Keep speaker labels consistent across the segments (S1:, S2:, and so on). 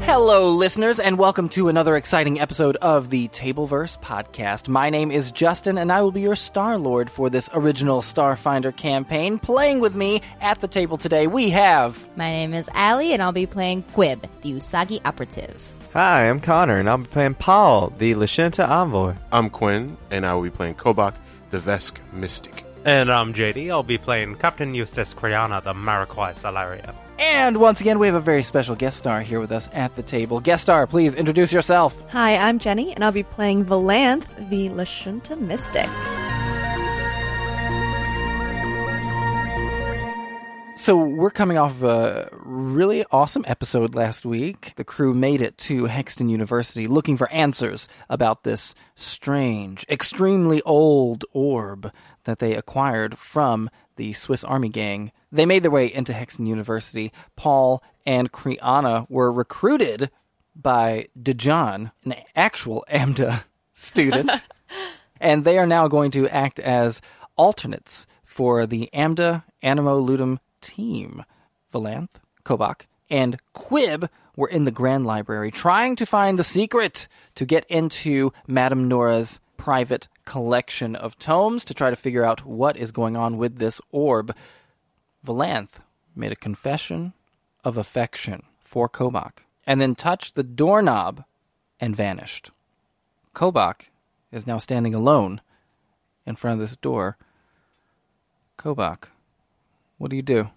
S1: Hello, listeners, and welcome to another exciting episode of the Tableverse podcast. My name is Justin, and I will be your Star Lord for this original Starfinder campaign. Playing with me at the table today, we have.
S2: My name is Allie, and I'll be playing Quib, the Usagi operative.
S3: Hi, I'm Connor, and I'm playing Paul, the Lashenta envoy.
S4: I'm Quinn, and I will be playing Kobach, the Vesk Mystic.
S5: And I'm JD. I'll be playing Captain Eustace Kriana, the Mariquai Salaria.
S1: And once again, we have a very special guest star here with us at the table. Guest star, please introduce yourself.
S6: Hi, I'm Jenny, and I'll be playing Valanth, the Lashunta Mystic.
S1: So, we're coming off of a really awesome episode last week. The crew made it to Hexton University looking for answers about this strange, extremely old orb that they acquired from the Swiss Army gang. They made their way into Hexton University. Paul and Kriana were recruited by Dijon, an actual AMDA student. and they are now going to act as alternates for the Amda Animo Ludum team. Valanth, Kobach, and Quib were in the Grand Library trying to find the secret to get into Madame Nora's private collection of tomes to try to figure out what is going on with this orb. Valanth made a confession of affection for Kobach and then touched the doorknob and vanished. Kobach is now standing alone in front of this door. Kobach, what do you do?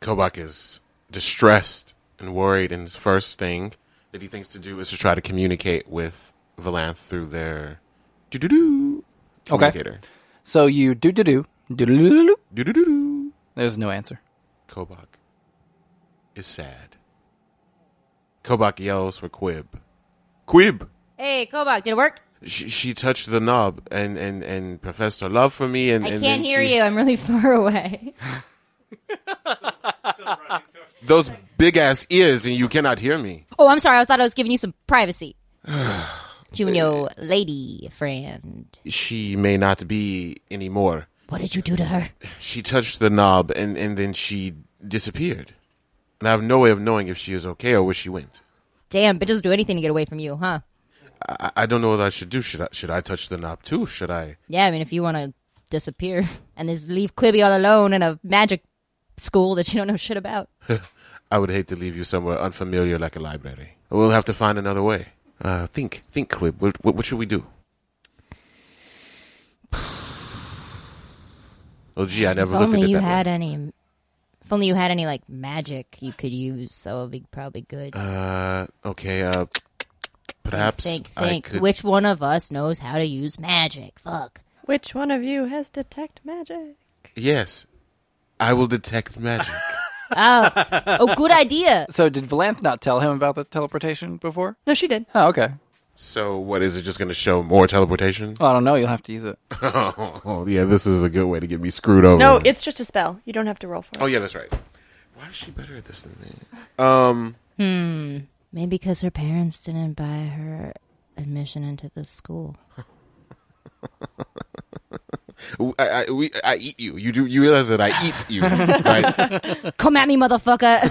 S4: Kobach is distressed and worried, and his first thing that he thinks to do is to try to communicate with Valanth through their doo doo doo
S1: Okay.
S4: communicator.
S1: So you do do do do do do do.
S4: Doo doo doo doo.
S1: There's no answer.
S4: Kobach is sad. Kobach yells for Quib. Quib!
S2: Hey, Kobach, did it work?
S4: She, she touched the knob and, and, and professed her love for me. And,
S2: I
S4: and
S2: can't
S4: then
S2: hear
S4: she-
S2: you. I'm really far away.
S4: Those big ass ears, and you cannot hear me.
S2: Oh, I'm sorry. I thought I was giving you some privacy. Junior lady friend.
S4: She may not be anymore.
S2: What did you do to her?
S4: she touched the knob and, and then she disappeared. And I have no way of knowing if she is okay or where she went.
S2: Damn, bitches do anything to get away from you, huh?
S4: I, I don't know what I should do. Should I, should I touch the knob too? Should I?
S2: Yeah, I mean, if you want to disappear and just leave Quibby all alone in a magic school that you don't know shit about.
S4: I would hate to leave you somewhere unfamiliar like a library. We'll have to find another way. Uh, think, think, Quib. What, what, what should we do? Oh, gee, I never
S2: if
S4: looked
S2: only
S4: at it
S2: you
S4: that way.
S2: had any. If only you had any like magic you could use, so it'd be probably good.
S4: Uh, okay, uh, perhaps
S2: think,
S4: I
S2: think.
S4: could...
S2: Which one of us knows how to use magic? Fuck.
S6: Which one of you has detect magic?
S4: Yes, I will detect magic.
S2: Oh, good idea.
S1: So did Valanth not tell him about the teleportation before?
S6: No, she did.
S1: Oh, okay.
S4: so what, is it just going to show more teleportation?
S1: Well, I don't know. You'll have to use it.
S4: Oh yeah, this is a good way to get me screwed over.
S6: No, it's just a spell. You don't have to roll for it.
S4: oh yeah, that's right. Why is she better at this than me? Um,
S2: Maybe because her parents didn't buy her admission into the school.
S4: I, I, we, I eat you. You do. You realize that I eat you, right?
S2: Come at me, motherfucker.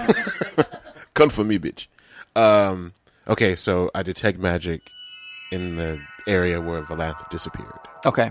S4: Come for me, bitch. Um, okay, so I detect magic in the area where Valanth disappeared.
S1: Okay.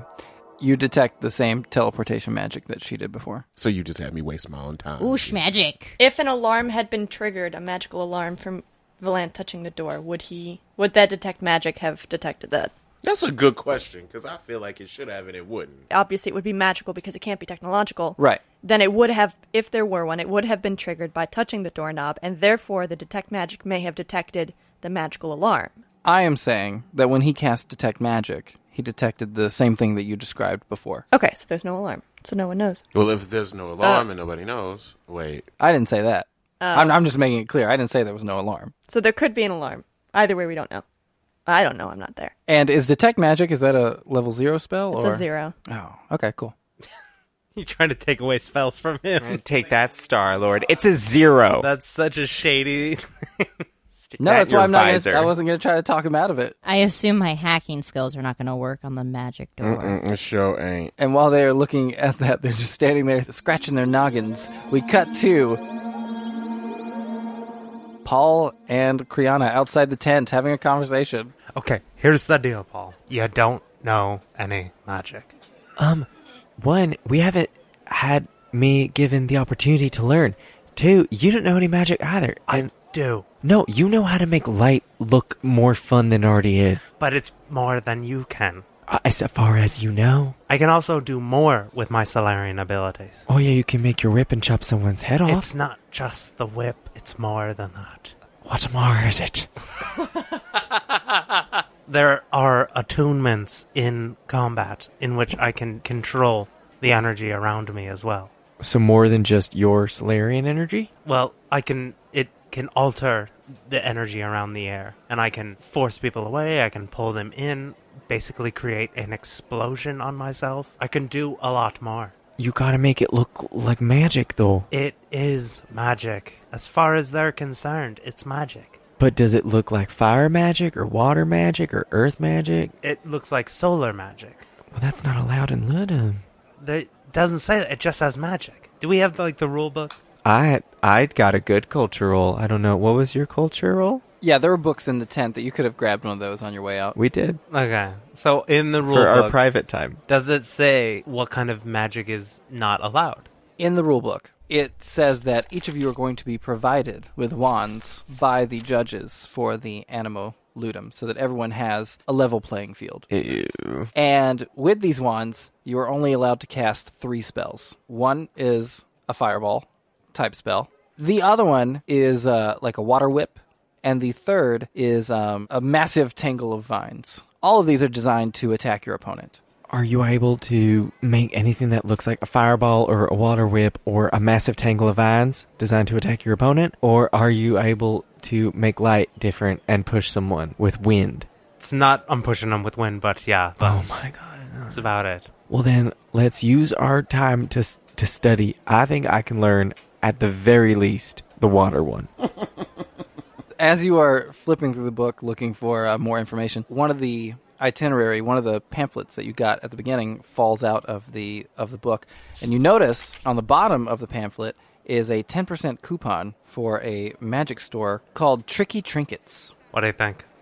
S1: You detect the same teleportation magic that she did before.
S4: So you just had me waste my own time.
S2: Oosh, magic.
S6: If an alarm had been triggered, a magical alarm from Valanth touching the door, would he? Would that detect magic have detected that?
S4: That's a good question because I feel like it should have and it wouldn't.
S6: Obviously, it would be magical because it can't be technological.
S1: Right.
S6: Then it would have, if there were one, it would have been triggered by touching the doorknob, and therefore the detect magic may have detected the magical alarm.
S1: I am saying that when he cast detect magic, he detected the same thing that you described before.
S6: Okay, so there's no alarm, so no one knows.
S4: Well, if there's no alarm and nobody knows, wait.
S1: I didn't say that. I'm, I'm just making it clear. I didn't say there was no alarm.
S6: So there could be an alarm. Either way, we don't know. I don't know. I'm not there.
S1: And is detect magic is that a level zero spell?
S6: It's
S1: or?
S6: a zero.
S1: Oh, okay, cool.
S5: You trying to take away spells from him?
S3: Take that, Star Lord. It's a zero.
S5: That's such a shady.
S3: Stick
S1: No,
S3: that
S1: that's
S3: in your
S1: why I'm not.
S3: visor.
S1: Gonna, I wasn't going to try to talk him out of it.
S2: I assume my hacking skills are not going to work on the magic door.
S4: Mm, Show ain't.
S1: And while they are looking at that, they're just standing there scratching their noggins. We cut to Paul and Kriana outside the tent having a conversation.
S5: Okay, here's the deal, Paul. You don't know any magic.
S3: One, we haven't had me given the opportunity to learn. Two, you don't know any magic either. And
S5: Do.
S3: no, you know how to make light look more fun than it already is,
S5: But it's more than you can.
S3: uh, as far as you know.
S5: I can also do more with my Solarian abilities.
S3: Oh yeah, you can make your whip and chop someone's head off.
S5: It's not just the whip, it's more than that.
S3: What more is it?
S5: There are attunements in combat in which I can control the energy around me as well.
S3: So more than just your Solarian energy?
S5: Well, I can it can alter the energy around the air and I can force people away, I can pull them in, basically create an explosion on myself. I can do a lot more.
S3: You gotta make it look like magic though.
S5: It is magic. As far as they're concerned, it's magic.
S3: But does it look like fire magic or water magic or earth magic?
S5: It looks like solar magic.
S3: Well, that's not allowed in Ludum.
S5: It doesn't say that, it just says magic. Do we have like the rule book?
S3: I I got a good cultural. I don't know what was your cultural.
S1: Yeah, there were books in the tent that you could have grabbed one of those on your way out.
S3: We did
S5: Okay. So in the rule
S3: for our
S5: book,
S3: private time.
S5: does it say what kind of magic is not allowed?
S1: In the rulebook, it says that each of you are going to be provided with wands by the judges for the Animo Ludum, so that everyone has a level playing field.
S3: Ew.
S1: And with these wands, you are only allowed to cast three spells. One is a fireball type spell. The other one is uh, like a water whip, and the third is um, a massive tangle of vines. All of these are designed to attack your opponent.
S3: Are you able to make anything that looks like a fireball or a water whip or a massive tangle of vines designed to attack your opponent? Or are you able to make light different and push someone with wind?
S5: It's not I'm pushing them with wind, but yeah.
S3: Oh
S5: That's,
S3: god.
S5: That's about it.
S3: Well then, let's use our time to s- to study. I think I can learn at the very least the water one.
S1: as you are flipping through the book looking for uh, more information, one of the itinerary, one of the pamphlets that you got at the beginning falls out of the of the book, and you notice on the bottom of the pamphlet is a 10% coupon for a magic store called Tricky Trinkets.
S5: What do you think?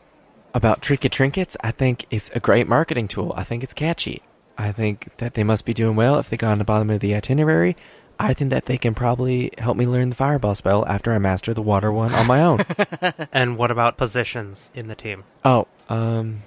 S3: about Trinket Trinkets, I think it's a great marketing tool. I think it's catchy. I think that they must be doing well if they got on the bottom of the itinerary. I think that they can probably help me learn the fireball spell after I master the water one on my own.
S5: And what about positions in the team?
S3: oh, um,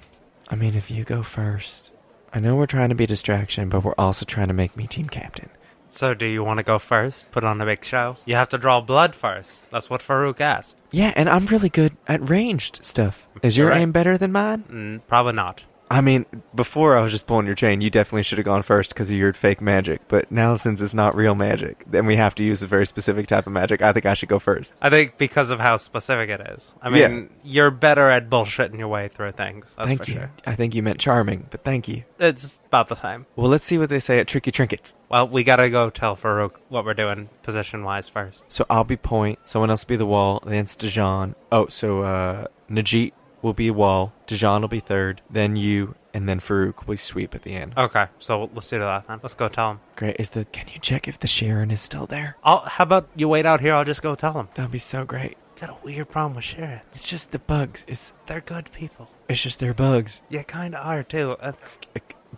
S3: I mean, if you go first, I know we're trying to be a distraction, but we're also trying to make me team captain.
S5: So do you want to go first? Put on a big show? You have to draw blood first. That's what Farouk asked.
S3: Yeah, and I'm really good at ranged stuff. Is your
S5: Alright.
S3: aim better than mine?
S5: Mm, probably not.
S3: I mean, before I was just pulling your chain. You definitely should have gone first because of your fake magic. But now, since it's not real magic, then we have to use a very specific type of magic. I think I should go first.
S5: I think because of how specific it is. I
S3: Yeah.
S5: mean, you're better at bullshitting your way through things. That's
S3: thank
S5: for
S3: you.
S5: sure.
S3: I think you meant charming, but thank you.
S5: It's about the time.
S3: Well, let's see what they say at Tricky Trinkets.
S5: Well, we gotta go tell Farouk what we're doing position wise first.
S3: So I'll be point. Someone else will be the wall. Then it's Dijon. Oh, so uh, Najit will be wall. Dijon will be third. Then you, and then Farouk will sweep at the end.
S5: Okay, so let's do that then. Let's go tell him.
S3: Great. Is the? Can you check if the Sharon is still there?
S5: I'll, how about you wait out here? I'll just go tell him.
S3: That'd be so great.
S5: Got a weird problem with Sharon.
S3: It's just the bugs. It's
S5: They're good people.
S3: it's just their bugs.
S5: You kinda are too. That's,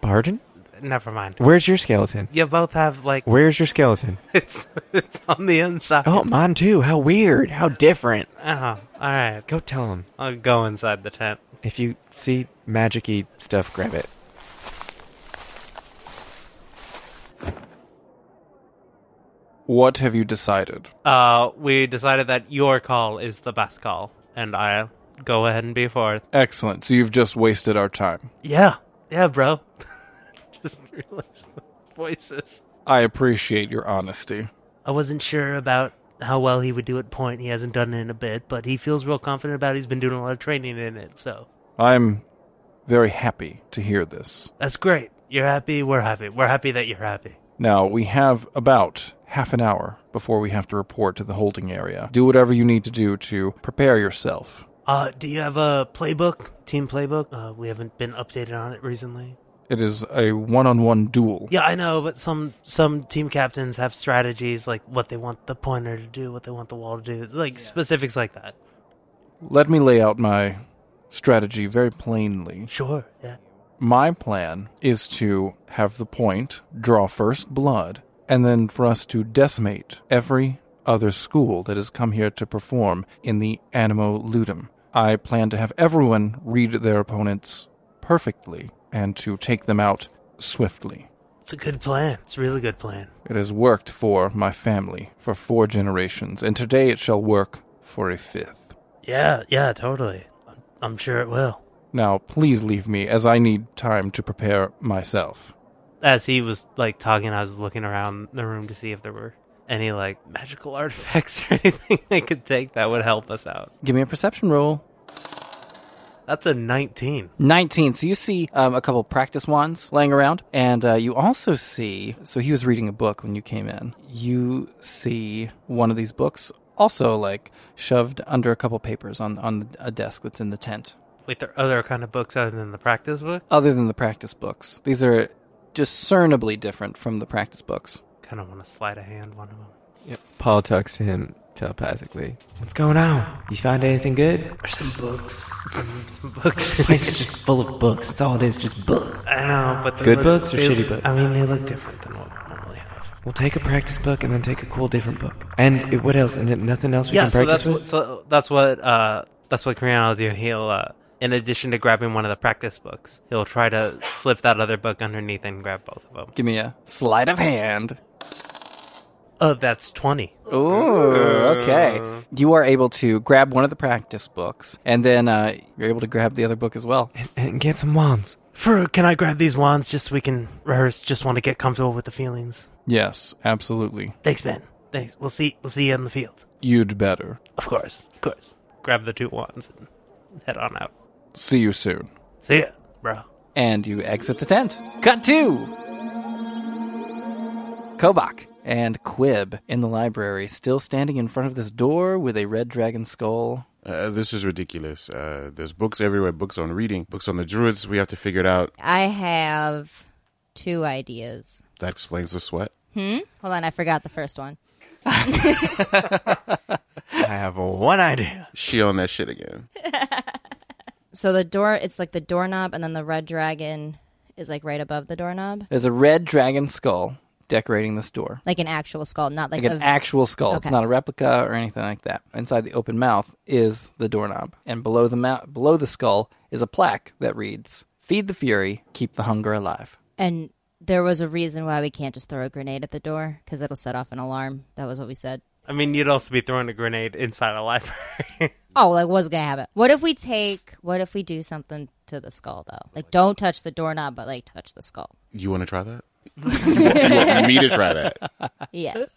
S3: Pardon?
S5: never mind.
S3: Where's your skeleton?
S5: You both have like
S3: Where's your skeleton?
S5: it's it's on the inside.
S3: Oh, mine too. How weird. How different.
S5: Uh-huh. All right.
S3: Go tell him.
S5: I'll go inside the tent.
S3: If you see magic-y stuff, grab it.
S1: What have you decided?
S5: Uh, we decided that your call is the best call, and I go ahead and be fourth.
S1: Excellent. So you've just wasted our time.
S5: Yeah, yeah, bro. Just realized the voices.
S1: I appreciate your honesty.
S5: I wasn't sure about how well he would do at point. He hasn't done it in a bit, but he feels real confident about. it. He's been doing a lot of training in it, so
S1: I'm very happy to hear this.
S5: that's great. You're happy. We're happy. We're happy that you're happy.
S1: Now, we have about half an hour before we have to report to the holding area. Do whatever you need to do to prepare yourself.
S5: Uh, do you have a playbook? Team playbook? Uh, we haven't been updated on it recently.
S1: It is a one on one duel.
S5: Yeah, I know, but some some team captains have strategies like what they want the pointer to do, what they want the wall to do, like specifics like that.
S1: Let me lay out my strategy very plainly.
S5: Sure. Yeah.
S1: My plan is to have the point draw first blood, and then for us to decimate every other school that has come here to perform in the Animo Ludum. I plan to have everyone read their opponents perfectly and to take them out swiftly.
S5: It's a good plan. It's a really good plan.
S1: It has worked for my family for four generations, and today it shall work for a fifth.
S5: Yeah. Yeah. Totally. I'm, I'm sure it will.
S1: Now, please leave me, as I need time to prepare myself.
S5: As he was like talking, I was looking around the room to see if there were any like magical artifacts or anything they could take that would help us out.
S1: Give me a perception roll.
S5: That's a 19.
S1: 19. So you see um, a couple practice wands laying around, and uh, you also see. So he was reading a book when you came in. You see one of these books also like shoved under a couple papers on on a desk that's in the tent.
S5: Wait, there are other kind of books other than the practice book?
S1: Other than the practice books, these are discernibly different from the practice books.
S5: Kind of want to slide a hand one of them.
S3: Yep. Paul talks to him telepathically. What's going on? You find anything good?
S5: There's some books. Some, some books.
S3: This place is just full of books. That's all it is, just books.
S5: I know, but they
S3: Good
S5: look-
S3: books or
S5: they-
S3: shitty books?
S5: I mean, they look different than what we normally have.
S3: We'll take a practice book and then take a cool different book. And it- what else? And then nothing else we
S5: yeah,
S3: can
S5: so
S3: practice
S5: that's what,
S3: with?
S5: so that's what uh, that's what Korean will do. He'll, uh, in addition to grabbing one of the practice books, he'll try to slip that other book underneath and grab both of them.
S1: Give me a sleight of hand.
S5: Oh, that's twenty.
S1: Ooh, okay. You are able to grab one of the practice books, and then uh, you're able to grab the other book as well.
S3: And, and get some wands.
S5: For can I grab these wands just so we can rehearse? Just want to get comfortable with the feelings.
S1: Yes, absolutely.
S5: Thanks, Ben. Thanks. We'll see. We'll see you in the field.
S1: You'd better.
S5: Of course. Of course. Grab the two wands and head on out.
S1: See you soon.
S5: See ya, bro.
S1: and you exit the tent. Cut two. Kobach and Quib in the library, still standing in front of this door with a red dragon skull.
S4: Uh, this is ridiculous. Uh, there's books everywhere. Books on reading. Books on the druids. We have to figure it out.
S2: I have two ideas.
S4: That explains the sweat.
S2: Hold on, I forgot the first one.
S3: I have one idea.
S4: She on that shit again.
S2: So the door, it's like the doorknob, and then the red dragon is like right above the doorknob,
S1: There's a red dragon skull decorating this door.
S2: like an actual skull, not like,
S1: Like an
S2: a,
S1: actual skull. It's
S2: Okay.
S1: not a replica or anything like that. Inside the open mouth is the doorknob, and below the mou- below the skull is a plaque that reads, "Feed the fury, keep the hunger alive."
S2: And there was a reason why we can't just throw a grenade at the door because it'll set off an alarm. That was what we said.
S5: I mean, you'd also be throwing a grenade inside a library.
S2: Oh, like what's gonna happen? What if we take? What if we do something to the skull though? Like don't touch the doorknob, but like touch the skull.
S4: You want to try that? you want me to try that?
S2: Yes.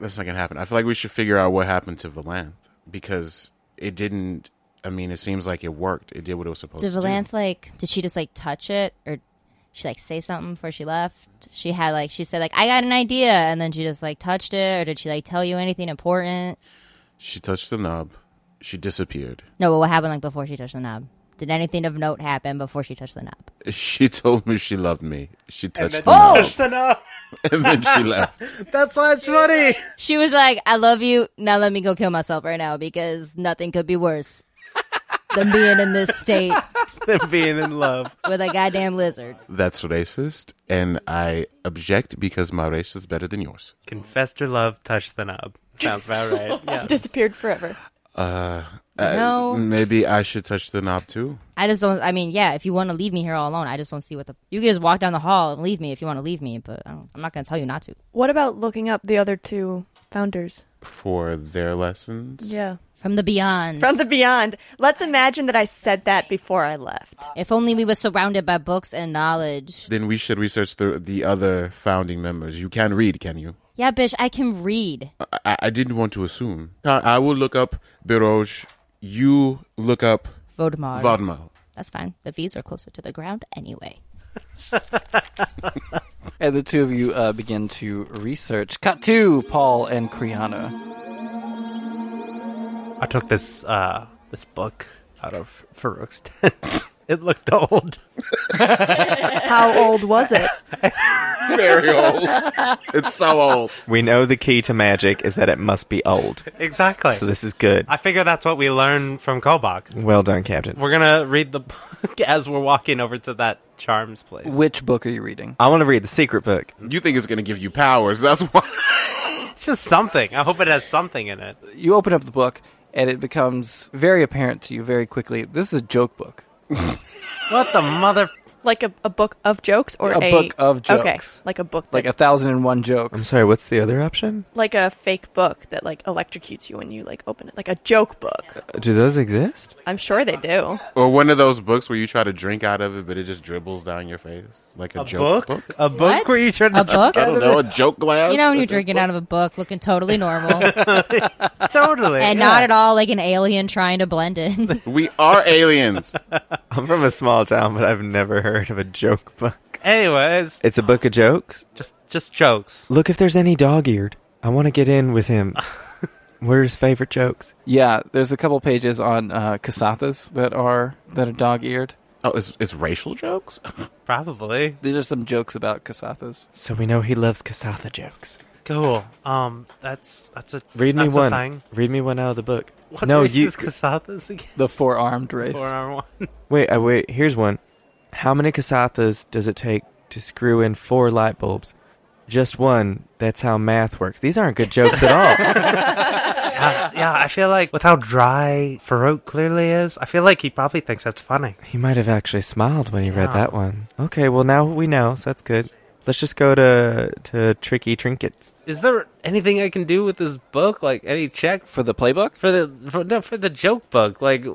S4: That's not gonna happen. I feel like we should figure out what happened to Valanth because it didn't. I mean, it seems like it worked. It did what it was supposed
S2: Did
S4: to.
S2: Valance
S4: do.
S2: like? Did she just like touch it, or she like say something before she left? She had like she said like I got an idea, and then she just like touched it, or did she like tell you anything important?
S4: She touched the knob. She disappeared.
S2: No, but what happened like before she touched the knob? Did anything of note happen before she touched the knob?
S4: She told me she loved me. She touched the
S5: oh!
S4: knob, and then she left.
S5: That's why it's funny.
S2: She was like, I love you. Now let me go kill myself right now because nothing could be worse than being in this state
S5: Than being in love.
S2: with a goddamn lizard.
S4: That's racist, and I object because my race is better than yours.
S5: Confessed her love, touched the knob. Sounds about right. Yeah.
S6: Disappeared forever.
S4: Uh,
S2: No.
S4: I, maybe I should touch the knob too.
S2: I just don't, I mean, yeah, if you want to leave me here all alone, I just don't see what the. You can just walk down the hall and leave me if you want to leave me, but I don't, I'm not going to tell you not to.
S6: What about looking up the other two founders?
S4: for their lessons.
S6: Yeah.
S2: From the beyond.
S6: From the beyond. Let's imagine that I said that before I left.
S2: if only we were surrounded by books and knowledge.
S4: Then we should research the the other founding members. You can read, can you?
S2: Yeah, bitch, I can read.
S4: I- I, I didn't want to assume. I, I will look up Biroj. You look up
S2: Vodemar.
S4: Vadmal.
S2: That's fine. The V's are closer to the ground anyway.
S1: And the two of you uh, begin to research. Cut two, Paul and Kriana.
S5: I took this uh this book out of Farouk's tent. it looked old.
S6: How old was it?
S4: very old. It's so old.
S3: We know the key to magic is that it must be old.
S5: Exactly.
S3: So this is good.
S5: I figure that's what we learn from Kobach.
S3: Well done, Captain.
S5: We're gonna read the book as we're walking over to that charms place.
S1: Which book are you reading?
S3: I want to read the secret book.
S4: You think it's going to give you powers. That's why.
S5: It's just something. I hope it has something in it.
S1: You open up the book, and it becomes very apparent to you very quickly. This is a joke book.
S5: What the mother?
S6: Like a, a book of jokes or
S1: A
S6: a,
S1: book of
S6: Okay,
S1: jokes.
S6: like a book,
S1: Like
S6: like
S1: a thousand and one
S3: I'm
S1: jokes.
S3: sorry, what's the other option?
S6: like a fake book that like electrocutes you when you like open it, like a joke book.
S3: Do those exist?
S6: I'm sure they do.
S4: Or one of those books where you try to drink out of it, but it just dribbles down your face like a,
S5: A
S4: joke
S5: book?
S4: book.
S5: A book
S2: What?
S5: where you turn
S2: a
S5: to
S2: book?
S4: I don't know a joke glass.
S2: You know when
S4: A
S2: you're
S4: joke
S2: drinking
S4: book?
S2: out of a book, looking totally normal,
S5: totally
S2: and
S5: yeah.
S2: not at all like an alien trying to blend in.
S4: We are aliens.
S3: I'm from a small town, but I've never heard of a joke book.
S5: Anyways,
S3: It's a book of jokes.
S5: just just jokes.
S3: Look if there's any dog eared. I want to get in with him. What are his favorite jokes?
S1: Yeah, there's a couple pages on uh, casathas that are that are dog eared.
S4: Oh, it's, it's racial jokes?
S5: Probably
S1: These are some jokes about casathas.
S3: So we know he loves Kasatha jokes.
S5: cool. Um, that's that's a
S3: Read me
S5: that's
S3: one.
S5: A thing.
S3: Read me one out of the book.
S5: What
S3: no,
S5: race
S3: you.
S5: is Kasathas again?
S1: The four armed race.
S5: Or our one?
S3: Wait, uh, wait. Here's one. How many Kasathas does it take to screw in four light bulbs? Just one. That's how math works. These aren't good jokes at all.
S5: Uh, yeah, I feel like with how dry Farouk clearly is, I feel like he probably thinks that's funny.
S3: he might have actually smiled when he read
S5: Yeah.
S3: that one. Okay, well now we know, so that's good. Let's just go to to tricky trinkets.
S5: Is there anything I can do with this book? Like any check
S1: For the playbook?
S5: for the for, no, for the joke book? Like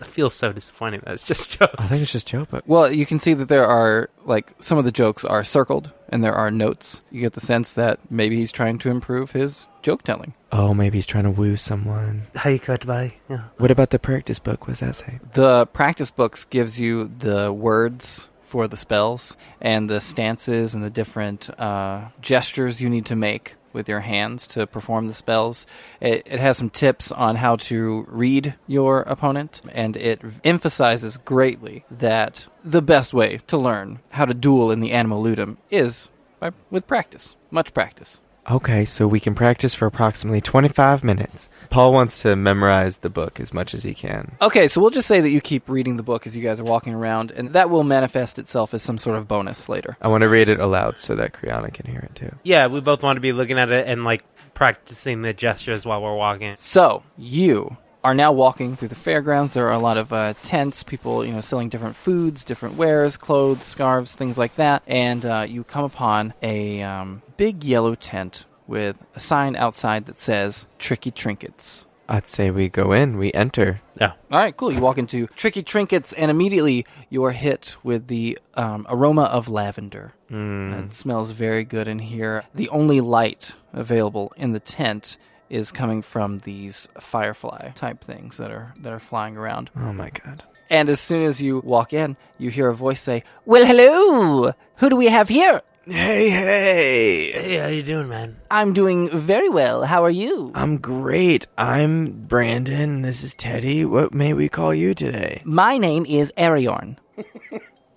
S5: I feel so disappointing. that it's just jokes.
S3: I think it's just joke book.
S1: Well, you can see that there are, like, some of the jokes are circled and there are notes. You get the sense that maybe he's trying to improve his joke telling.
S3: Oh, maybe he's trying to woo someone.
S5: how you cut by. Yeah.
S3: What about the practice book? What's that say?
S1: The practice books gives you the words for the spells and the stances and the different uh, gestures you need to make with your hands to perform the spells. It, it has some tips on how to read your opponent, and it emphasizes greatly that the best way to learn how to duel in the animal ludum is by, with practice, much practice.
S3: Okay, so we can practice for approximately 25 minutes. Paul wants to memorize the book as much as he can.
S1: Okay, so we'll just say that you keep reading the book as you guys are walking around, and that will manifest itself as some sort of bonus later.
S3: I want to read it aloud so that Kriana can hear it too.
S5: Yeah, we both want to be looking at it and like practicing the gestures while we're walking.
S1: So you are now walking through the fairgrounds. There are a lot of uh, tents, people, you know, selling different foods, different wares, clothes, scarves, things like that. And uh, you come upon a um, big yellow tent with a sign outside that says "Tricky Trinkets."
S3: I'd say we go in, we enter.
S5: Yeah.
S1: All right, cool. You walk into Tricky Trinkets, and immediately you are hit with the um, aroma of lavender. Mm. It smells very good in here. The only light available in the tent is coming from these firefly type things that are that are flying around.
S3: Oh my god.
S1: And as soon as you walk in, you hear a voice say, "Well, hello. Who do we have here?
S3: Hey, hey!
S5: Hey, how you doing, man?
S1: I'm doing very well. How are you?
S3: I'm great. I'm Brandon. This is Teddy. What may we call you today?
S1: My name is Ariorn.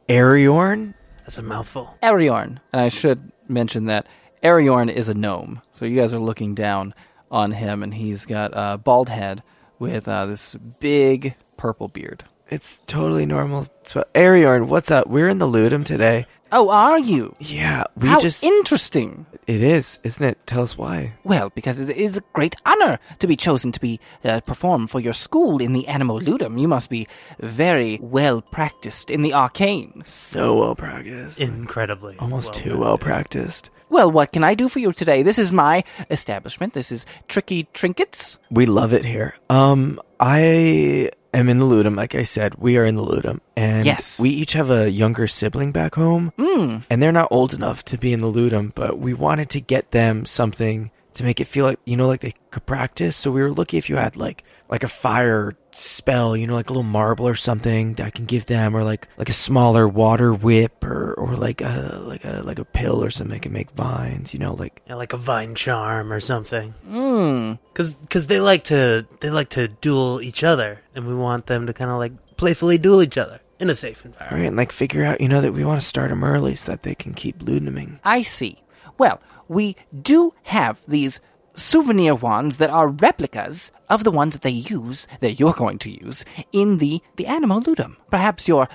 S3: Ariorn?
S5: That's a mouthful.
S1: Ariorn. And I should mention that Ariorn is a gnome. So you guys are looking down on him, and he's got a bald head with uh, this big purple beard.
S3: It's totally normal. So, Ariorn, what's up? We're in the Ludum today.
S1: Oh, are you?
S3: Yeah, we
S1: How
S3: just.
S1: interesting.
S3: it is, isn't it? Tell us why.
S1: Well, because it is a great honor to be chosen to be uh, perform for your school in the Animo Ludum. You must be very well practiced in the arcane.
S3: So well practiced.
S5: Incredibly.
S3: Almost
S5: well
S3: too well practiced.
S1: Well, what can I do for you today? This is my establishment. This is Tricky Trinkets.
S3: We love it here. Um, I am in the Ludum, like I said. We are in the Ludum, and
S1: Yes.
S3: we each have a younger sibling back home,
S1: Hmm.
S3: mm. and they're not old enough to be in the Ludum, but we wanted to get them something to make it feel like you know, like they could practice. So we were lucky if you had like like a fire spell, you know, like a little marble or something that I can give them, or like like a smaller water whip, or or like a like a like a pill or something that can make vines, you know, like
S5: Yeah, like a vine charm or something. Mm. Cause, 'cause they like to they like to duel each other, and we want them to kind of like playfully duel each other.
S7: in a safe
S3: All
S7: environment.
S3: right, and like figure out, you know, that we want to start them early so that they can keep luduming.
S1: I see. Well, we do have these souvenir wands that are replicas of the ones that they use, that you're going to use, in the, the animal ludum. Perhaps your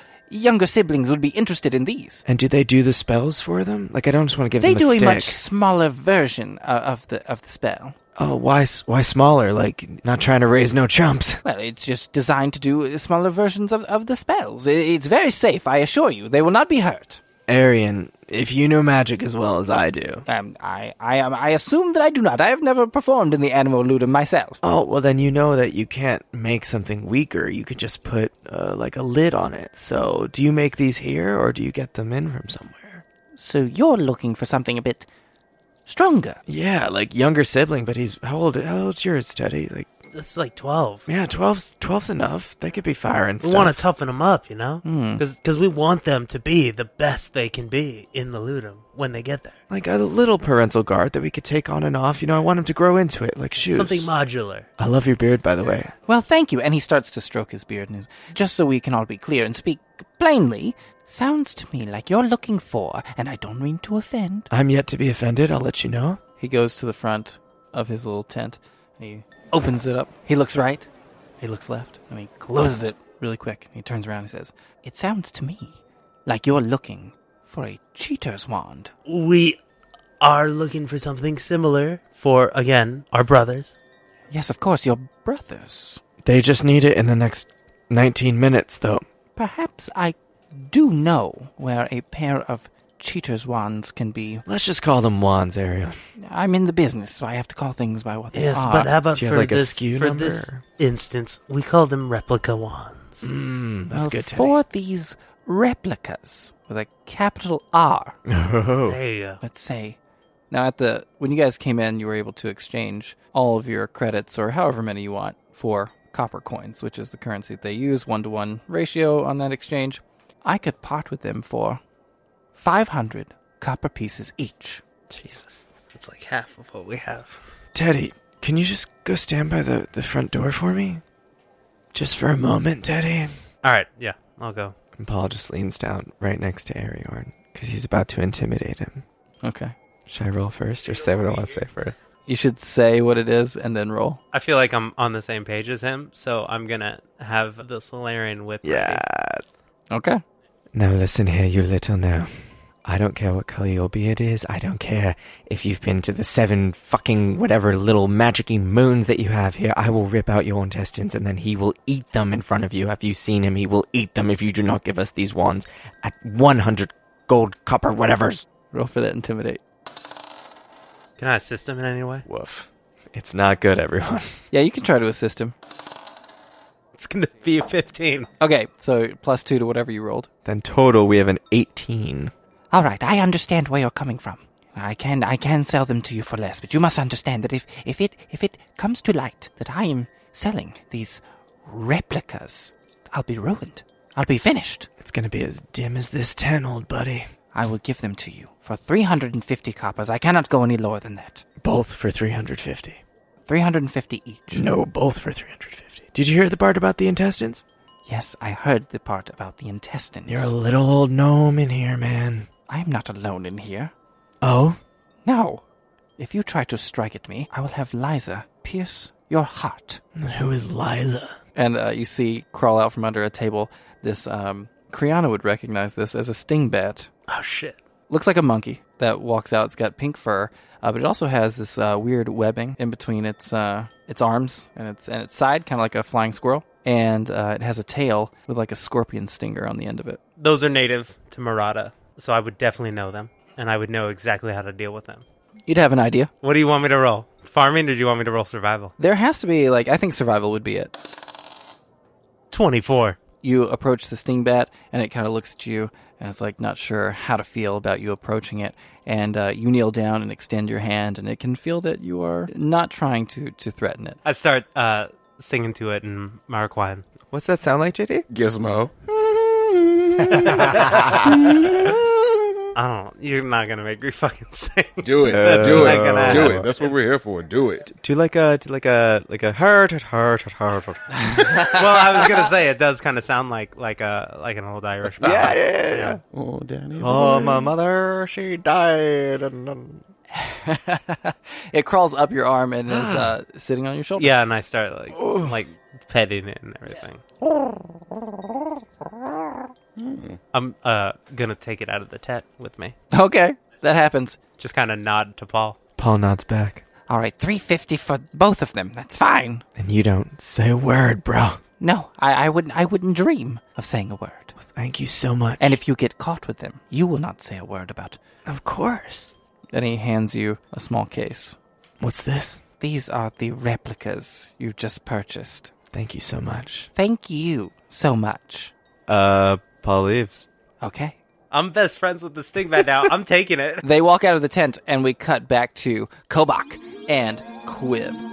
S1: younger siblings would be interested in these.
S3: And do they do the spells for them? Like, I don't just want to give
S1: They
S3: them a
S1: do
S3: stick.
S1: a much smaller version uh, of the of the spell.
S3: Oh, why, s- why smaller? Like, not trying to raise no chumps.
S1: Well, it's just designed to do uh, smaller versions of, of the spells. I- It's very safe, I assure you. They will not be hurt.
S3: Arian, if you know magic as well as I do.
S1: Um, I, I, um, I assume that I do not. I have never performed in the animal ludum myself.
S3: Oh, well, then you know that you can't make something weaker. You could just put, uh, like, a lid on it. So, do you make these here or do you get them in from somewhere?
S1: So you're looking for something a bit stronger.
S3: Yeah, like, younger sibling, but he's, how old, how old's your study? Like,
S5: It's like 12.
S3: yeah, 12's, 12's enough. They could be firing
S5: We
S3: stuff.
S5: want to toughen them up, you know? Because we want them to be the best they can be in the Ludum when they get there.
S3: like, a little parental guard that we could take on and off. You know, I want him to grow into it, like shoes.
S5: Something modular.
S3: I love your beard, by the way.
S1: Well, thank you. And he starts to stroke his beard and his, just so we can all be clear and speak plainly. Sounds to me like you're looking for, and I don't mean to offend.
S3: I'm yet to be offended. I'll let you know.
S1: He goes to the front of his little tent. And he opens it up. He looks right. He looks left. And he closes it really quick. He turns around and says, It sounds to me like you're looking for a cheater's wand.
S5: We are looking for something similar for, again, our brothers.
S1: Yes, of course, your brothers.
S3: They just need it in the next 19 minutes, though.
S1: Perhaps I do know where a pair of cheater's wands can be.
S3: Let's just call them wands, Ariel.
S1: I'm in the business, so I have to call things by what they
S5: Yes,
S1: are.
S5: but uh, how about
S3: do you
S5: for,
S3: have, like, a
S5: this,
S3: SKU
S5: for
S3: number?
S5: this instance? We call them replica wands.
S3: Mm, that's
S1: Well,
S3: good, Teddy.
S1: For these replicas with a capital R,
S3: Oh,
S5: There you go.
S1: let's say. Now, at the when you guys came in, you were able to exchange all of your credits or however many you want for copper coins, which is the currency that they use, one to one ratio on that exchange. I could part with them for 500 copper pieces each.
S5: Jesus. It's like half of what we have.
S3: Teddy, can you just go stand by the, the front door for me? Just for a moment, Teddy.
S5: All right, yeah, I'll go.
S3: And Paul just leans down right next to Ariorn because he's about to intimidate him.
S1: Okay.
S3: Should I roll first or say what I want to say first?
S1: You should say what it is and then roll.
S5: I feel like I'm on the same page as him, so I'm gonna have the Solarian whip. ready.
S3: Yeah.
S1: Okay.
S3: Now listen here, you little no. I don't care what color your beard is. I don't care if you've been to the seven fucking whatever little magicy moons that you have here. I will rip out your intestines and then he will eat them in front of you. Have you seen him? He will eat them if you do not give us these wands at 100 gold, copper, whatevers.
S1: Roll for that intimidate.
S5: Can I assist him in any way?
S3: Woof. It's not good, everyone.
S1: Yeah, you can try to assist him.
S5: It's gonna be a 15.
S1: Okay, so plus two to whatever you rolled.
S3: Then total, we have an 18.
S1: All right, I understand where you're coming from. I can I can sell them to you for less, but you must understand that if if it if it comes to light that I am selling these replicas, I'll be ruined. I'll be finished.
S3: It's gonna be as dim as this 10, old buddy.
S1: I will give them to you for 350 coppers. I cannot go any lower than that.
S3: Both for 350.
S1: 350 each.
S3: No, both for 350. Did you hear the part about the intestines?
S1: Yes, I heard the part about the intestines.
S3: You're a little old gnome in here, man.
S1: I am not alone in here.
S3: Oh?
S1: No. If you try to strike at me, I will have Liza pierce your heart.
S3: Who is Liza?
S1: And uh, you see crawl out from under a table this, um, Kriana would recognize this as a sting bat.
S5: Oh shit.
S1: Looks like a monkey that walks out. It's got pink fur, uh, but it also has this uh, weird webbing in between its uh, its arms and its and its side, kind of like a flying squirrel. And uh, it has a tail with like a scorpion stinger on the end of it.
S5: Those are native to Murata, so I would definitely know them, and I would know exactly how to deal with them.
S1: You'd have an idea.
S5: What do you want me to roll? Farming, or do you want me to roll survival?
S1: There has to be like I think survival would be it.
S5: 24.
S1: you approach the sting bat and it kind of looks at you and it's like not sure how to feel about you approaching it and uh, you kneel down and extend your hand and it can feel that you are not trying to to threaten it
S5: I start uh, singing to it in Marquand.
S3: What's that sound like, JD?
S4: Gizmo.
S5: I don't. You're not gonna make me fucking sing.
S4: Do it.
S5: That's
S4: do
S5: not
S4: it.
S5: gonna
S4: do it.
S5: happen.
S4: That's what we're here for. Do it.
S3: Do like a do like a like a heart heart heart heart heart. heart.
S5: well, I was gonna say it does kind of sound like like a like an old Irish. Ballad.
S3: yeah, yeah, yeah, yeah.
S4: Oh, Danny.
S3: Oh, my mother, she died. And, and
S1: It crawls up your arm and is uh, sitting on your shoulder.
S5: Yeah, and I start like like petting it and everything.
S3: Hmm.
S5: I'm uh gonna take it out of the tent with me.
S1: Okay, that happens.
S5: Just kind of nod to Paul.
S3: Paul nods back,
S1: All right, three fifty for both of them. That's fine.
S3: and you don't say a word, bro.
S1: No, I, I wouldn't. I wouldn't dream of saying a word.
S3: Thank you so much.
S1: And if you get caught with them, you will not say a word about.
S3: of course,
S1: Then he hands you a small case.
S3: what's this?
S1: These are the replicas you just purchased.
S3: Thank you so much.
S1: Thank you so much.
S3: Uh, Paul leaves.
S1: Okay.
S5: I'm best friends with the Stigma now. I'm taking it.
S1: They walk out of the tent, and we cut back to Kobach and Quib.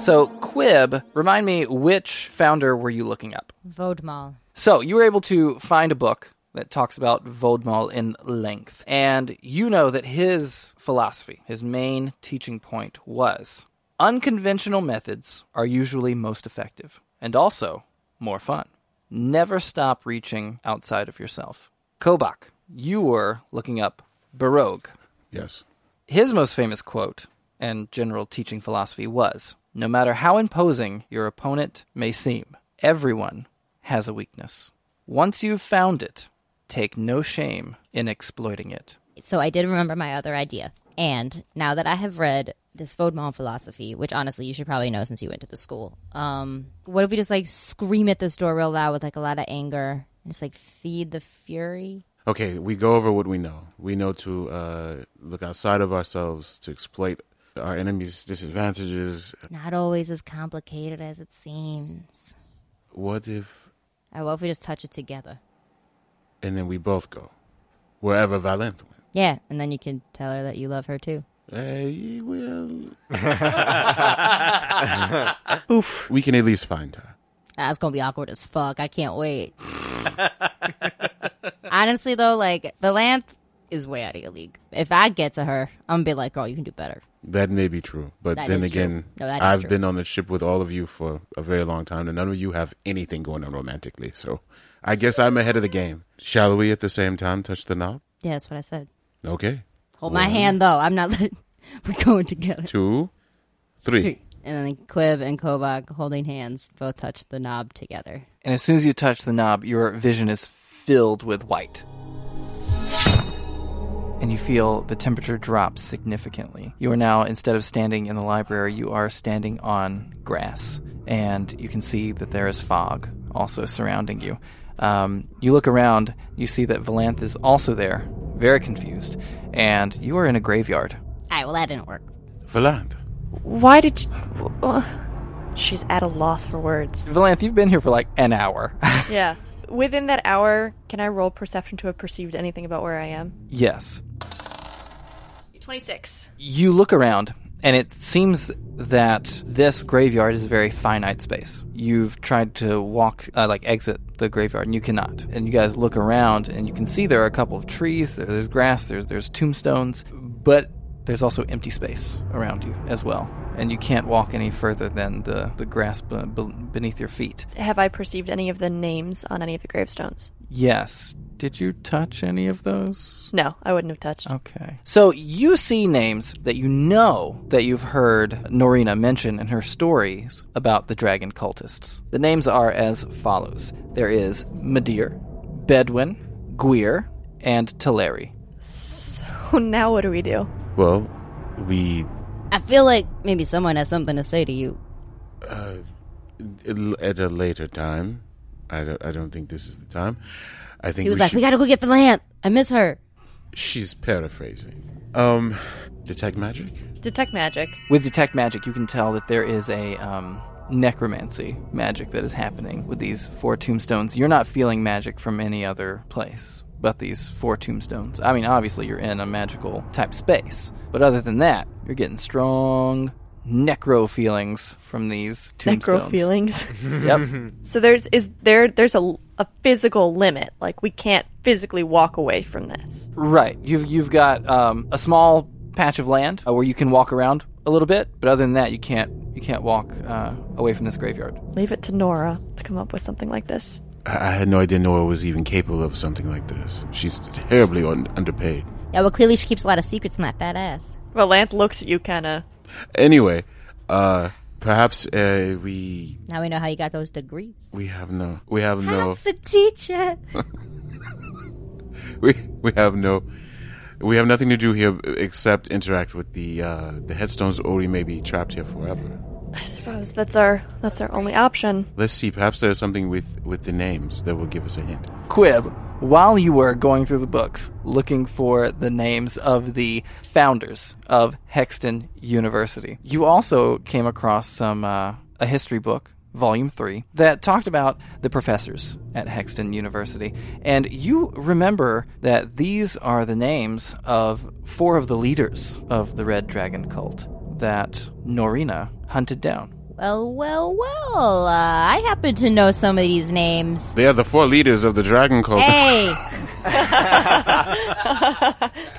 S1: So, Quib, remind me, which founder were you looking up?
S2: Vodmal.
S1: So, you were able to find a book that talks about Vodmal in length, and you know that his philosophy, his main teaching point was unconventional methods are usually most effective and also more fun. Never stop reaching outside of yourself. Kobach, you were looking up Baroque.
S4: Yes.
S1: His most famous quote and general teaching philosophy was No matter how imposing your opponent may seem, everyone has a weakness. Once you've found it, take no shame in exploiting it.
S2: So I did remember my other idea. And now that I have read this Vodmal philosophy, which honestly you should probably know since you went to the school, um, what if we just like scream at this door real loud with like a lot of anger and just like feed the fury?
S4: Okay, we go over what we know. We know to uh, look outside of ourselves to exploit our enemies' disadvantages.
S2: Not always as complicated as it seems.
S4: What if,
S2: Or what if we just touch it together?
S4: and then we both go wherever Valent went?
S2: Yeah, and then you can tell her that you love her too.
S4: Hey, well, oof. We can at least find her.
S2: That's gonna be awkward as fuck. I can't wait. Honestly, though, like Valanth is way out of your league. If I get to her, I'm gonna be like, "Girl, you can do better."
S4: That may be true, but
S2: That
S4: then
S2: is true.
S4: again,
S2: No, that is
S4: I've
S2: true.
S4: been on the ship with all of you for a very long time, and none of you have anything going on romantically. So, I guess I'm ahead of the game. Shall we, at the same time, touch the knob?
S2: Yeah, that's what I said.
S4: Okay,
S2: Hold my hand, though. I'm not. let- We're going together.
S4: two, three.
S2: And then Quib and Kobach holding hands, both touch the knob together.
S1: And as soon as you touch the knob, your vision is filled with white. And you feel the temperature drop significantly. You are now, instead of standing in the library, you are standing on grass. And you can see that there is fog also surrounding you. Um, you look around, you see that Valanth is also there, very confused. And you are in a graveyard.
S2: All right, well that didn't work.
S4: Valant.
S6: Why did you. Ugh. She's at a loss for words.
S1: Valanth, you've been here for like an hour.
S6: Yeah. Within that hour, can I roll perception to have perceived anything about where I am?
S1: yes.
S6: 26.
S1: you look around and it seems that this graveyard is a very finite space you've tried to walk uh, like exit the graveyard and you cannot and you guys look around and you can see there are a couple of trees there, there's grass there's there's tombstones but there's also empty space around you as well and you can't walk any further than the, the grass b- b- beneath your feet
S6: Have I perceived any of the names on any of the gravestones?
S1: yes did you touch any of those
S6: No, I wouldn't have touched.
S1: Okay. So you see names that you know that you've heard Norina mention in her stories about the dragon cultists. The names are as follows there is Medir, Bedouin, Gwir, and Teleri.
S6: So now what do we do?
S4: Well, we
S2: I feel like maybe someone has something to say to you.
S4: uh, at a later time. I don't, I don't think this is the time. I think
S2: He was
S4: we
S2: like,
S4: should-
S2: "We gotta go get Valanth. I miss her."
S4: she's paraphrasing. Um, detect magic.
S6: Detect magic.
S1: With detect magic, you can tell that there is a um, necromancy magic that is happening with these four tombstones. You're not feeling magic from any other place but these four tombstones. I mean, obviously, you're in a magical type space, but other than that, you're getting strong necro feelings from these tombstones.
S6: Necro feelings.
S1: Yep.
S6: So there's is there there's a, a physical limit. Like we can't physically walk away from this.
S1: Right. You've you've got um, a small patch of land uh, where you can walk around a little bit, but other than that, you can't you can't walk uh, away from this graveyard.
S6: Leave it to Nora to come up with something like this.
S4: I I had no idea Nora was even capable of something like this. She's terribly un- underpaid.
S2: Yeah, well, clearly she keeps a lot of secrets in that fat ass.
S6: Valanth looks at you kind of.
S4: Anyway, uh, perhaps uh, we
S2: Now we know how you got those degrees.
S4: we have no we have no
S2: For teacher.
S4: we we have no we have nothing to do here except interact with the uh, the headstones, or we may be trapped here forever.
S6: I suppose that's our that's our only option.
S4: Let's see. Perhaps there's something with with the names that will give us a hint.
S1: Quib, while you were going through the books looking for the names of the founders of Hexton University, you also came across some uh, a history book, volume 3, that talked about the professors at Hexton University. And you remember that these are the names of four of the leaders of the Red Dragon cult that Norina hunted down.
S2: Well, well, well. Uh, I happen to know some of these names.
S4: They are the four leaders of the dragon cult.
S2: Hey,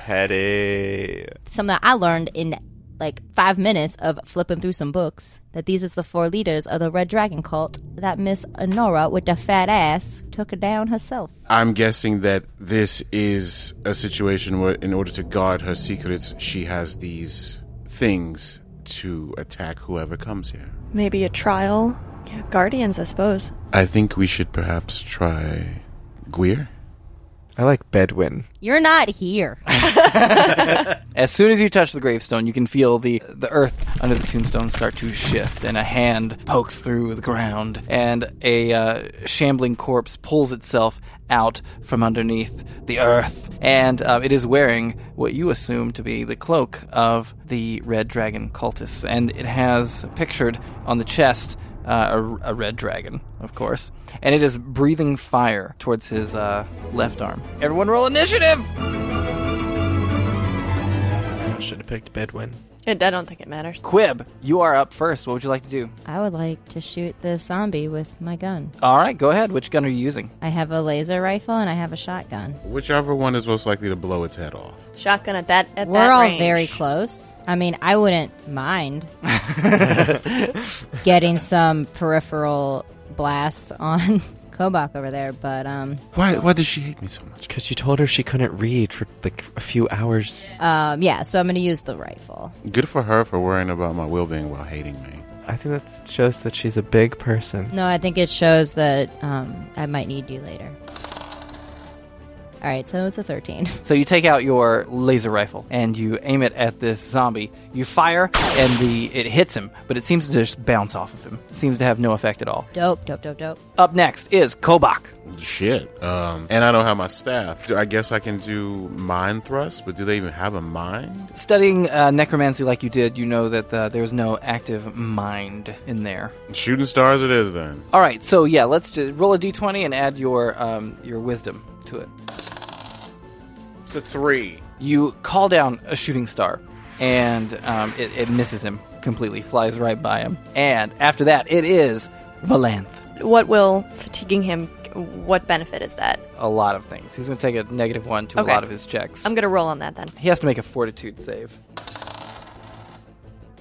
S3: Petty.
S2: something I learned in like five minutes of flipping through some books that these is the four leaders of the Red Dragon cult that Miss Honora with the fat ass took her down herself.
S4: I'm guessing that this is a situation where, in order to guard her secrets, she has these things to attack whoever comes here.
S6: Maybe a trial. Yeah, guardians, I suppose.
S4: I think we should perhaps try Guir.
S3: I like Bedouin.
S2: You're not here.
S1: As soon as you touch the gravestone, you can feel the the earth under the tombstone start to shift, and a hand pokes through the ground, and a uh, shambling corpse pulls itself out from underneath the earth, and uh, it is wearing what you assume to be the cloak of the red dragon cultists, and it has pictured on the chest. Uh, a, a red dragon, of course, and it is breathing fire towards his uh, left arm. Everyone, roll initiative.
S3: Should have picked Bedouin.
S6: It, I don't think it matters.
S1: Quib, you are up first. What would you like to do?
S2: I would like to shoot this zombie with my gun.
S1: All right, go ahead. Which gun are you using?
S2: I have a laser rifle and I have a shotgun.
S4: Whichever one is most likely to blow its head off.
S6: Shotgun at that at that
S2: We're all
S6: range.
S2: very close. I mean, I wouldn't mind getting some peripheral blast on Kobach over there, but um,
S4: Why? Why does she hate me so much?
S3: Because you told her she couldn't read for like a few hours.
S2: um, yeah. So I'm going to use the rifle.
S4: Good for her for worrying about my well-being while hating me.
S3: I think that shows that she's a big person.
S2: No, I think it shows that um, I might need you later. All right, so it's a 13.
S1: So you take out your laser rifle and you aim it at this zombie. You fire and the it hits him, but it seems to just bounce off of him. It seems to have no effect at all.
S2: dope, dope, dope, dope.
S1: Up next is Kobach.
S4: Shit. Um, and I don't have my staff. I guess I can do mind thrust, but do they even have a mind?
S1: Studying uh, necromancy like you did, you know that uh, there's no active mind in there.
S4: Shooting stars, it is then.
S1: All right, so yeah, let's just roll a d20 and add your um, your wisdom to it.
S4: It's a three.
S1: You call down a shooting star, and um, it, it misses him completely, flies right by him. And after that, it is Valanth.
S6: What will fatiguing him? What benefit is that?
S1: A lot of things. He's going to take a negative one to
S6: Okay.
S1: a lot of his checks.
S6: I'm gonna roll on that then.
S1: he has to make a fortitude save,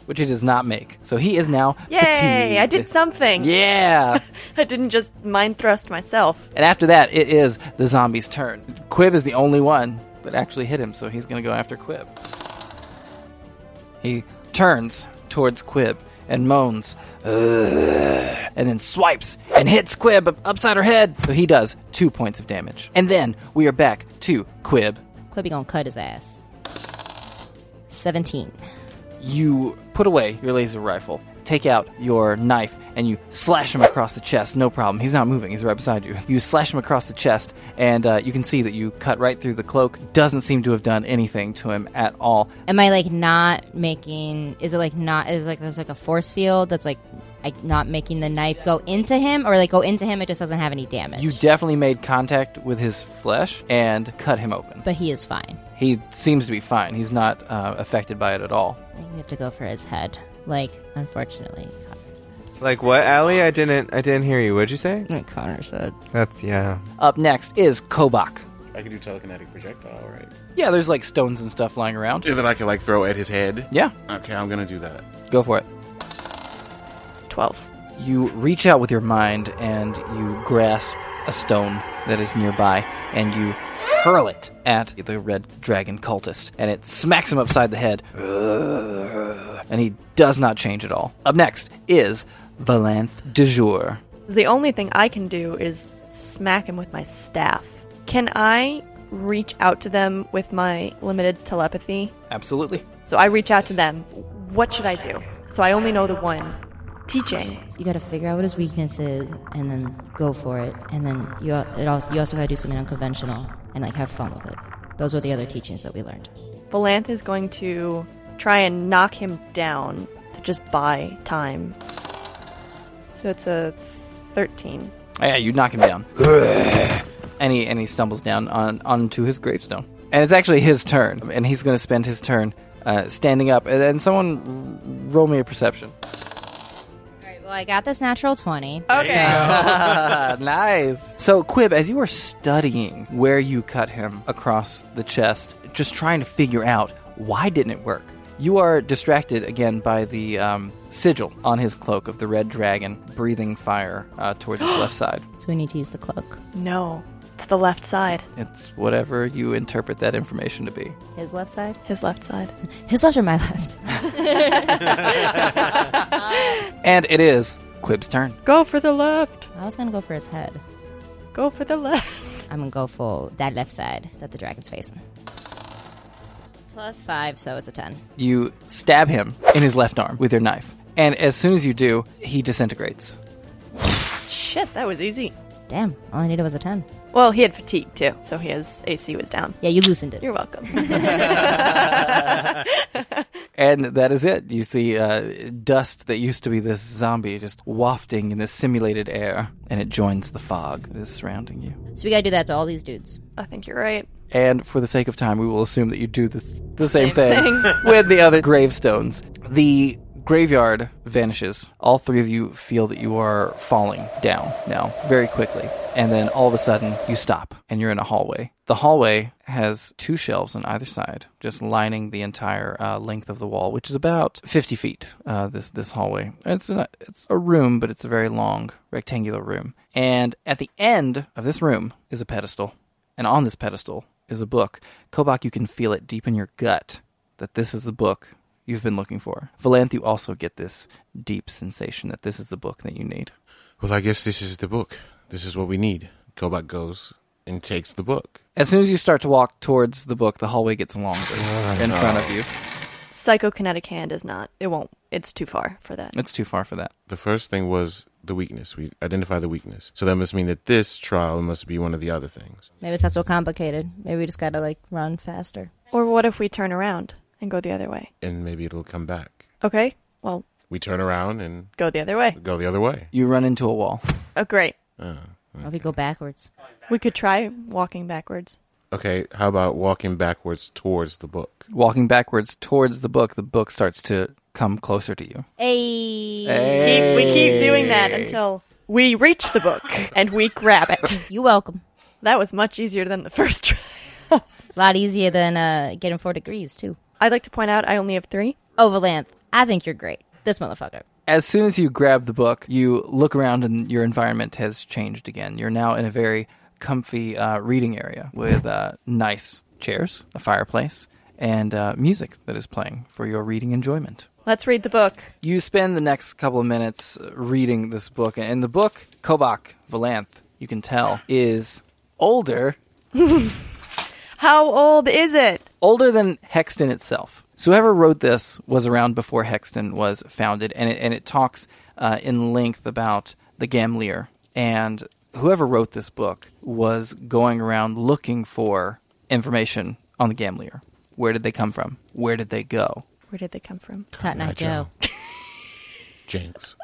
S1: which he does not make. So he is now
S6: Yay! I did
S1: fatigued.
S6: something.
S1: Yeah.
S6: I didn't just mind thrust myself.
S1: and after that, it is the zombie's turn. Quib is the only one that actually hit him, so he's going to go after Quib. He turns towards Quib and moans, "Ugh," and then swipes and hits Quib up- upside her head. So he does two points of damage. And then we are back to Quib.
S2: Quibby gonna cut his ass. 17.
S1: You put away your laser rifle, take out your knife, and you slash him across the chest. No problem. He's not moving, he's right beside you. You slash him across the chest, and uh, you can see that you cut right through the cloak. Doesn't seem to have done anything to him at all.
S2: Am I like not making? Is it like not? Is it like there's like a force field that's like like not making the knife go into him, or like go into him? It just doesn't have any damage.
S1: You definitely made contact with his flesh and cut him open.
S2: but he is fine.
S1: He seems to be fine. He's not uh, affected by it at all.
S2: I think we have to go for his head. Like, unfortunately, he cut his head.
S3: Like what, Allie? I didn't. I didn't hear you. What'd you say?
S2: Like Connor said.
S3: That's yeah.
S1: Up next is Kobach.
S4: I can do telekinetic projectile, right?
S1: Yeah, there's like stones and stuff lying around.
S4: Yeah, that I can like throw at his head.
S1: Yeah,
S4: Okay, I'm gonna do that.
S1: go for it.
S6: 12.
S1: You reach out with your mind and you grasp a stone that is nearby and you hurl it at the red dragon cultist and it smacks him upside the head. uh, And he does not change at all. Up next is Valanth de Jour.
S6: The only thing I can do is smack him with my staff. Can I reach out to them with my limited telepathy?
S1: Absolutely.
S6: So I reach out to them. What should I do? So I only know the one. Teaching.
S2: So you got to figure out what his weakness is, and then go for it. And then you al- it also, you also got to do something unconventional and like have fun with it. Those were the other teachings that we learned.
S6: Valanth is going to try and knock him down to just buy time. So it's a 13.
S1: Yeah, you knock him down. and he and he stumbles down on onto his gravestone. And it's actually his turn, and he's going to spend his turn uh, standing up. And, and someone r- roll me a perception.
S2: All right. Well, I got this natural twenty.
S1: nice. So, Quib, as you were studying where you cut him across the chest, just trying to figure out why didn't it work, you are distracted again by the um, sigil on his cloak of the red dragon breathing fire uh, towards his left side.
S2: So we need to use the cloak.
S6: No. It's the left side.
S1: It's whatever you interpret that information to be.
S2: His left side.
S6: His left side.
S2: His left or my left?
S1: And it is Quib's turn.
S6: Go for the left.
S2: I was gonna go for his head.
S6: Go for the left.
S2: I'm gonna go for that left side that the dragon's facing. Plus five, so it's a ten.
S1: You stab him in his left arm with your knife. And as soon as you do, he disintegrates.
S6: Shit, that was easy.
S2: Damn, all I needed was a ten.
S6: Well, he had fatigue too, so his AC was down.
S2: Yeah, you loosened it.
S6: You're welcome.
S1: And that is it. You see uh, dust that used to be this zombie just wafting in this simulated air, and it joins the fog that is surrounding you.
S2: So we gotta do that to all these dudes.
S6: I think you're right.
S1: And for the sake of time, we will assume that you do this, the same, thing, with the other gravestones. The graveyard vanishes. All three of you feel that you are falling down now very quickly. And then all of a sudden, you stop and you're in a hallway. The hallway has two shelves on either side, just lining the entire uh, length of the wall, which is about 50 feet. Uh, this this hallway. It's a it's a room, but it's a very long rectangular room. And at the end of this room is a pedestal and on this pedestal is a book. Kobach, you can feel it deep in your gut that this is the book you've been looking for. Valanth, you also get this deep sensation that this is the book that you need.
S4: Well, I guess this is the book. This is what we need. Kobach goes and takes the book.
S1: As soon as you start to walk towards the book, the hallway gets longer in front of you.
S6: Psychokinetic hand is not. It won't. It's too far for that.
S1: It's too far for that.
S4: The first thing was the weakness. We identify the weakness. So that must mean that this trial must be one of the other things.
S2: Maybe it's not so complicated. Maybe we just gotta like run faster.
S6: Or what if we turn around and go the other way?
S4: And maybe it'll come back.
S6: Okay. Well,
S4: We turn around and
S6: go the other way.
S4: go the other way.
S1: You run into a wall.
S6: Oh, great.
S2: Or we go backwards.
S6: We could try walking backwards.
S4: Okay, how about walking backwards towards the book?
S1: Walking backwards towards the book, the book starts to come closer to you.
S2: Hey,
S6: Keep, we keep doing that until we reach the book and we grab it.
S2: you welcome.
S6: That was much easier than the first try.
S2: It's a lot easier than uh, getting four degrees too.
S6: I'd like to point out I only have three.
S2: Overlanth, I think you're great. This motherfucker.
S1: as soon as you grab the book, you look around and your environment has changed again. You're now in a very comfy uh, reading area with uh, nice chairs, a fireplace, and uh, music that is playing for your reading enjoyment.
S6: Let's read the book.
S1: You spend the next couple of minutes uh, reading this book, and the book, Kobach Valanth, you can tell, is older
S6: How old is it?
S1: older than Hexton itself. So whoever wrote this was around before Hexton was founded, and it, and it talks uh, in length about the Gamlier. And whoever wrote this book was going around looking for information on the Gamlier. Where did they come from? Where did they go?
S6: Where did they come from?
S2: Cotton Eye Joe.
S4: Jinx.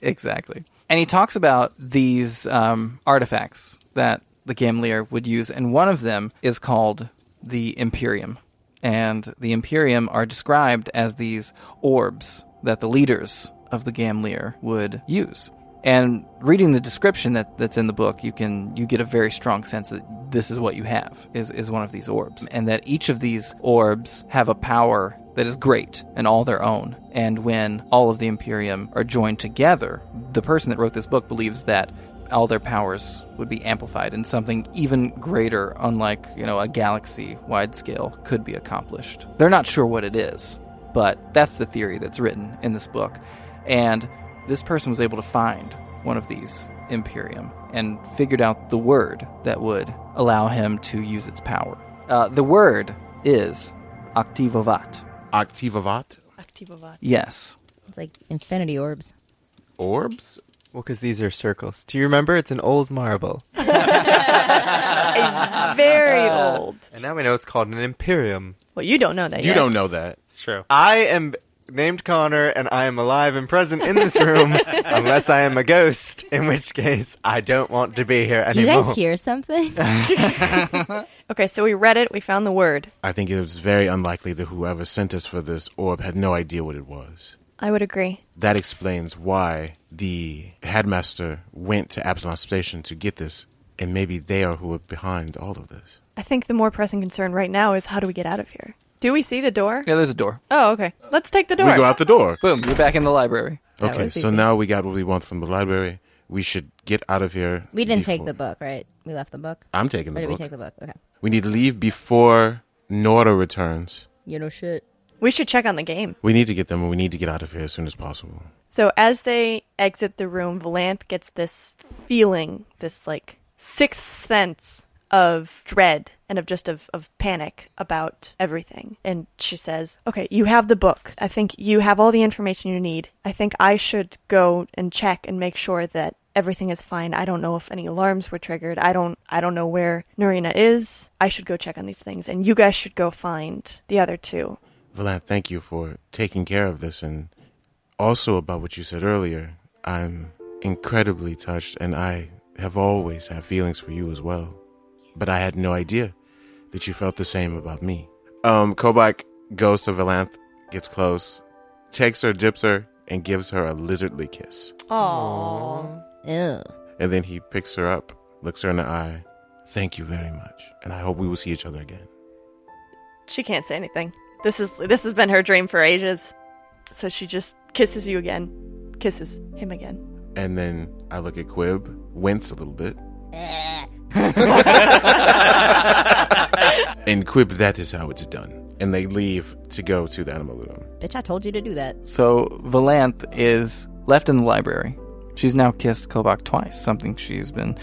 S1: Exactly. And he talks about these um, artifacts that the Gamlier would use, and one of them is called the Imperium. And the Imperium are described as these orbs that the leaders of the Gamlier would use. And reading the description that, that's in the book, you can you get a very strong sense that this is what you have is, is one of these orbs, and that each of these orbs have a power that is great and all their own. And when all of the Imperium are joined together, the person that wrote this book believes that all their powers would be amplified and something even greater, unlike, you know, a galaxy wide scale, could be accomplished. They're not sure what it is, but that's the theory that's written in this book. And this person was able to find one of these Imperium and figured out the word that would allow him to use its power. Uh, the word is Activovat.
S4: Activavat
S6: Activovat.
S1: Yes.
S2: It's like infinity orbs.
S4: orbs?
S3: Well, because these are circles. Do you remember? It's an old marble.
S6: Very old.
S3: And now we know it's called an Imperium.
S6: Well, you don't know that
S4: You
S6: yet.
S4: don't know that.
S5: It's true.
S3: I am named Connor, and I am alive and present in this room, unless I am a ghost, in which case I don't want to be here anymore.
S2: Do you guys hear something?
S6: Okay, so we read it. We found the word.
S4: I think it was very unlikely that whoever sent us for this orb had no idea what it was.
S6: I would agree.
S4: That explains why the headmaster went to Absalom Station to get this, and maybe they are who are behind all of this.
S6: I think the more pressing concern right now is how do we get out of here? Do we see the door?
S1: Yeah, there's a door.
S6: Oh, okay. Let's take the door.
S4: We go out the door.
S1: Boom, you're back in the library.
S2: That
S4: Okay,
S2: was
S4: so
S2: easy.
S4: now we got what we want from the library. We should get out of here.
S2: We didn't take
S4: before-
S2: the book, right? We left the book.
S4: I'm taking
S2: Or
S4: the
S2: did we
S4: book.
S2: take the book? Okay.
S4: we need to leave before Norda returns.
S2: You know shit.
S6: we should check on the game.
S4: We need to get them, and we need to get out of here as soon as possible.
S6: So as they exit the room, Valanth gets this feeling, this like sixth sense of dread and of just of, of panic about everything. And she says, Okay, you have the book. I think you have all the information you need. I think I should go and check and make sure that everything is fine. I don't know if any alarms were triggered. I don't I don't know where Narina is. I should go check on these things and you guys should go find the other two.
S4: Valant, thank you for taking care of this and also about what you said earlier. I'm incredibly touched and I have always had feelings for you as well. But I had no idea that you felt the same about me. Um, Kobach goes to Valanth, gets close, takes her, dips her, and gives her a lizardly kiss.
S6: Aww.
S2: Ew.
S4: And then he picks her up, looks her in the eye. Thank you very much. And I hope we will see each other again.
S6: She can't say anything. This is this has been her dream for ages. So she just kisses you again. Kisses him again.
S4: And then I look at Quib, wince a little bit.
S2: Eh.
S4: and Quib, that is how it's done. And they leave to go to the Animaludum.
S2: Bitch, I told you to do that.
S1: So Valanth is left in the library. She's now kissed Kobach twice, something she's been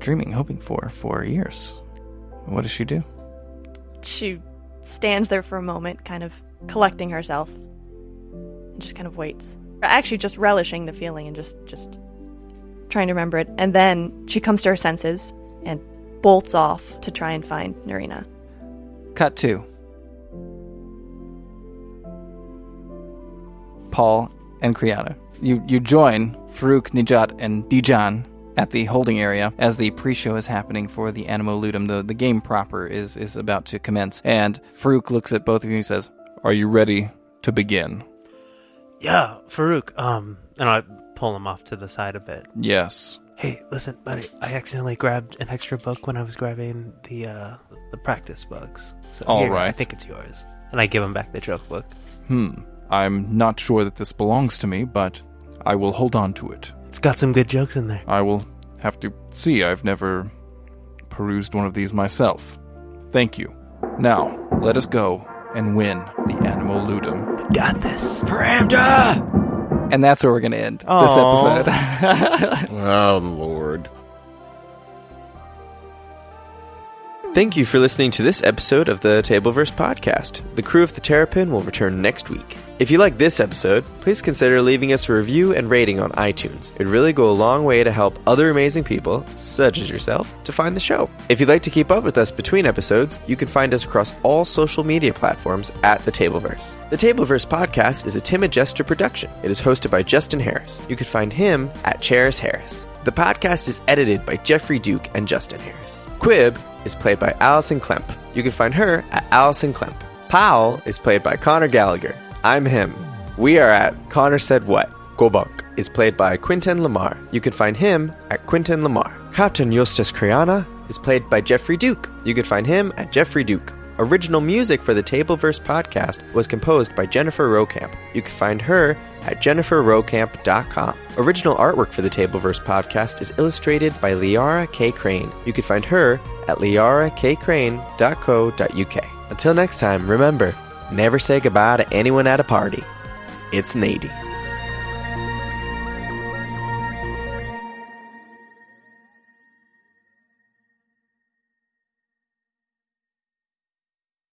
S1: dreaming, hoping for for years. What does she do?
S6: She stands there for a moment, kind of collecting herself. And just kind of waits. Actually just relishing the feeling and just just trying to remember it. And then she comes to her senses and bolts off to try and find Narina.
S1: Cut two. Paul and Kriana. You you join Farouk, Nijat, and Dijan at the holding area as the pre-show is happening for the Animo Ludum. The the game proper is is about to commence. And Farouk looks at both of you and says, Are you ready to begin?
S5: Yeah, Farouk. Um, and I pull him off to the side a bit.
S1: Yes.
S5: Hey, listen, buddy. I accidentally grabbed an extra book when I was grabbing the uh the practice books. So
S1: All
S5: here, I
S1: right.
S5: think it's yours. And I give him back the joke book.
S1: Hmm. I'm not sure that this belongs to me, but I will hold on to it.
S5: It's got some good jokes in there.
S1: I will have to see. I've never perused one of these myself. Thank you. Now, let us go and win the Animal Ludum.
S5: Got this.
S3: Ramda!
S1: And that's where we're going to end
S3: Aw.
S1: this episode.
S4: Oh, Lord.
S3: Thank you for listening to this episode of the Tableverse podcast. The crew of the Terrapin will return next week. If you like this episode, please consider leaving us a review and rating on iTunes. It'd really go a long way to help other amazing people, such as yourself, to find the show. If you'd like to keep up with us between episodes, you can find us across all social media platforms at The Tableverse. The Tableverse podcast is a Tim and Jester production. It is hosted by Justin Harris. You can find him at Charis Harris. The podcast is edited by Jeffrey Duke and Justin Harris. Quib is played by Allison Klemp. You can find her at Allison Klemp. Powell is played by Connor Gallagher. I'm him. We are at Connor Said What. Gobok is played by Quinten Lamar. You can find him at Quinten Lamar. Captain Justus Kriana is played by Jeffrey Duke. You can find him at Jeffrey Duke. Original music for the Tableverse podcast was composed by Jennifer Rokamp. You can find her at jenniferrokamp.com. Original artwork for the Tableverse podcast is illustrated by Liara K. Crane. You can find her at liarakcrane.co.uk. Until next time, remember, never say goodbye to anyone at a party. It's Nady.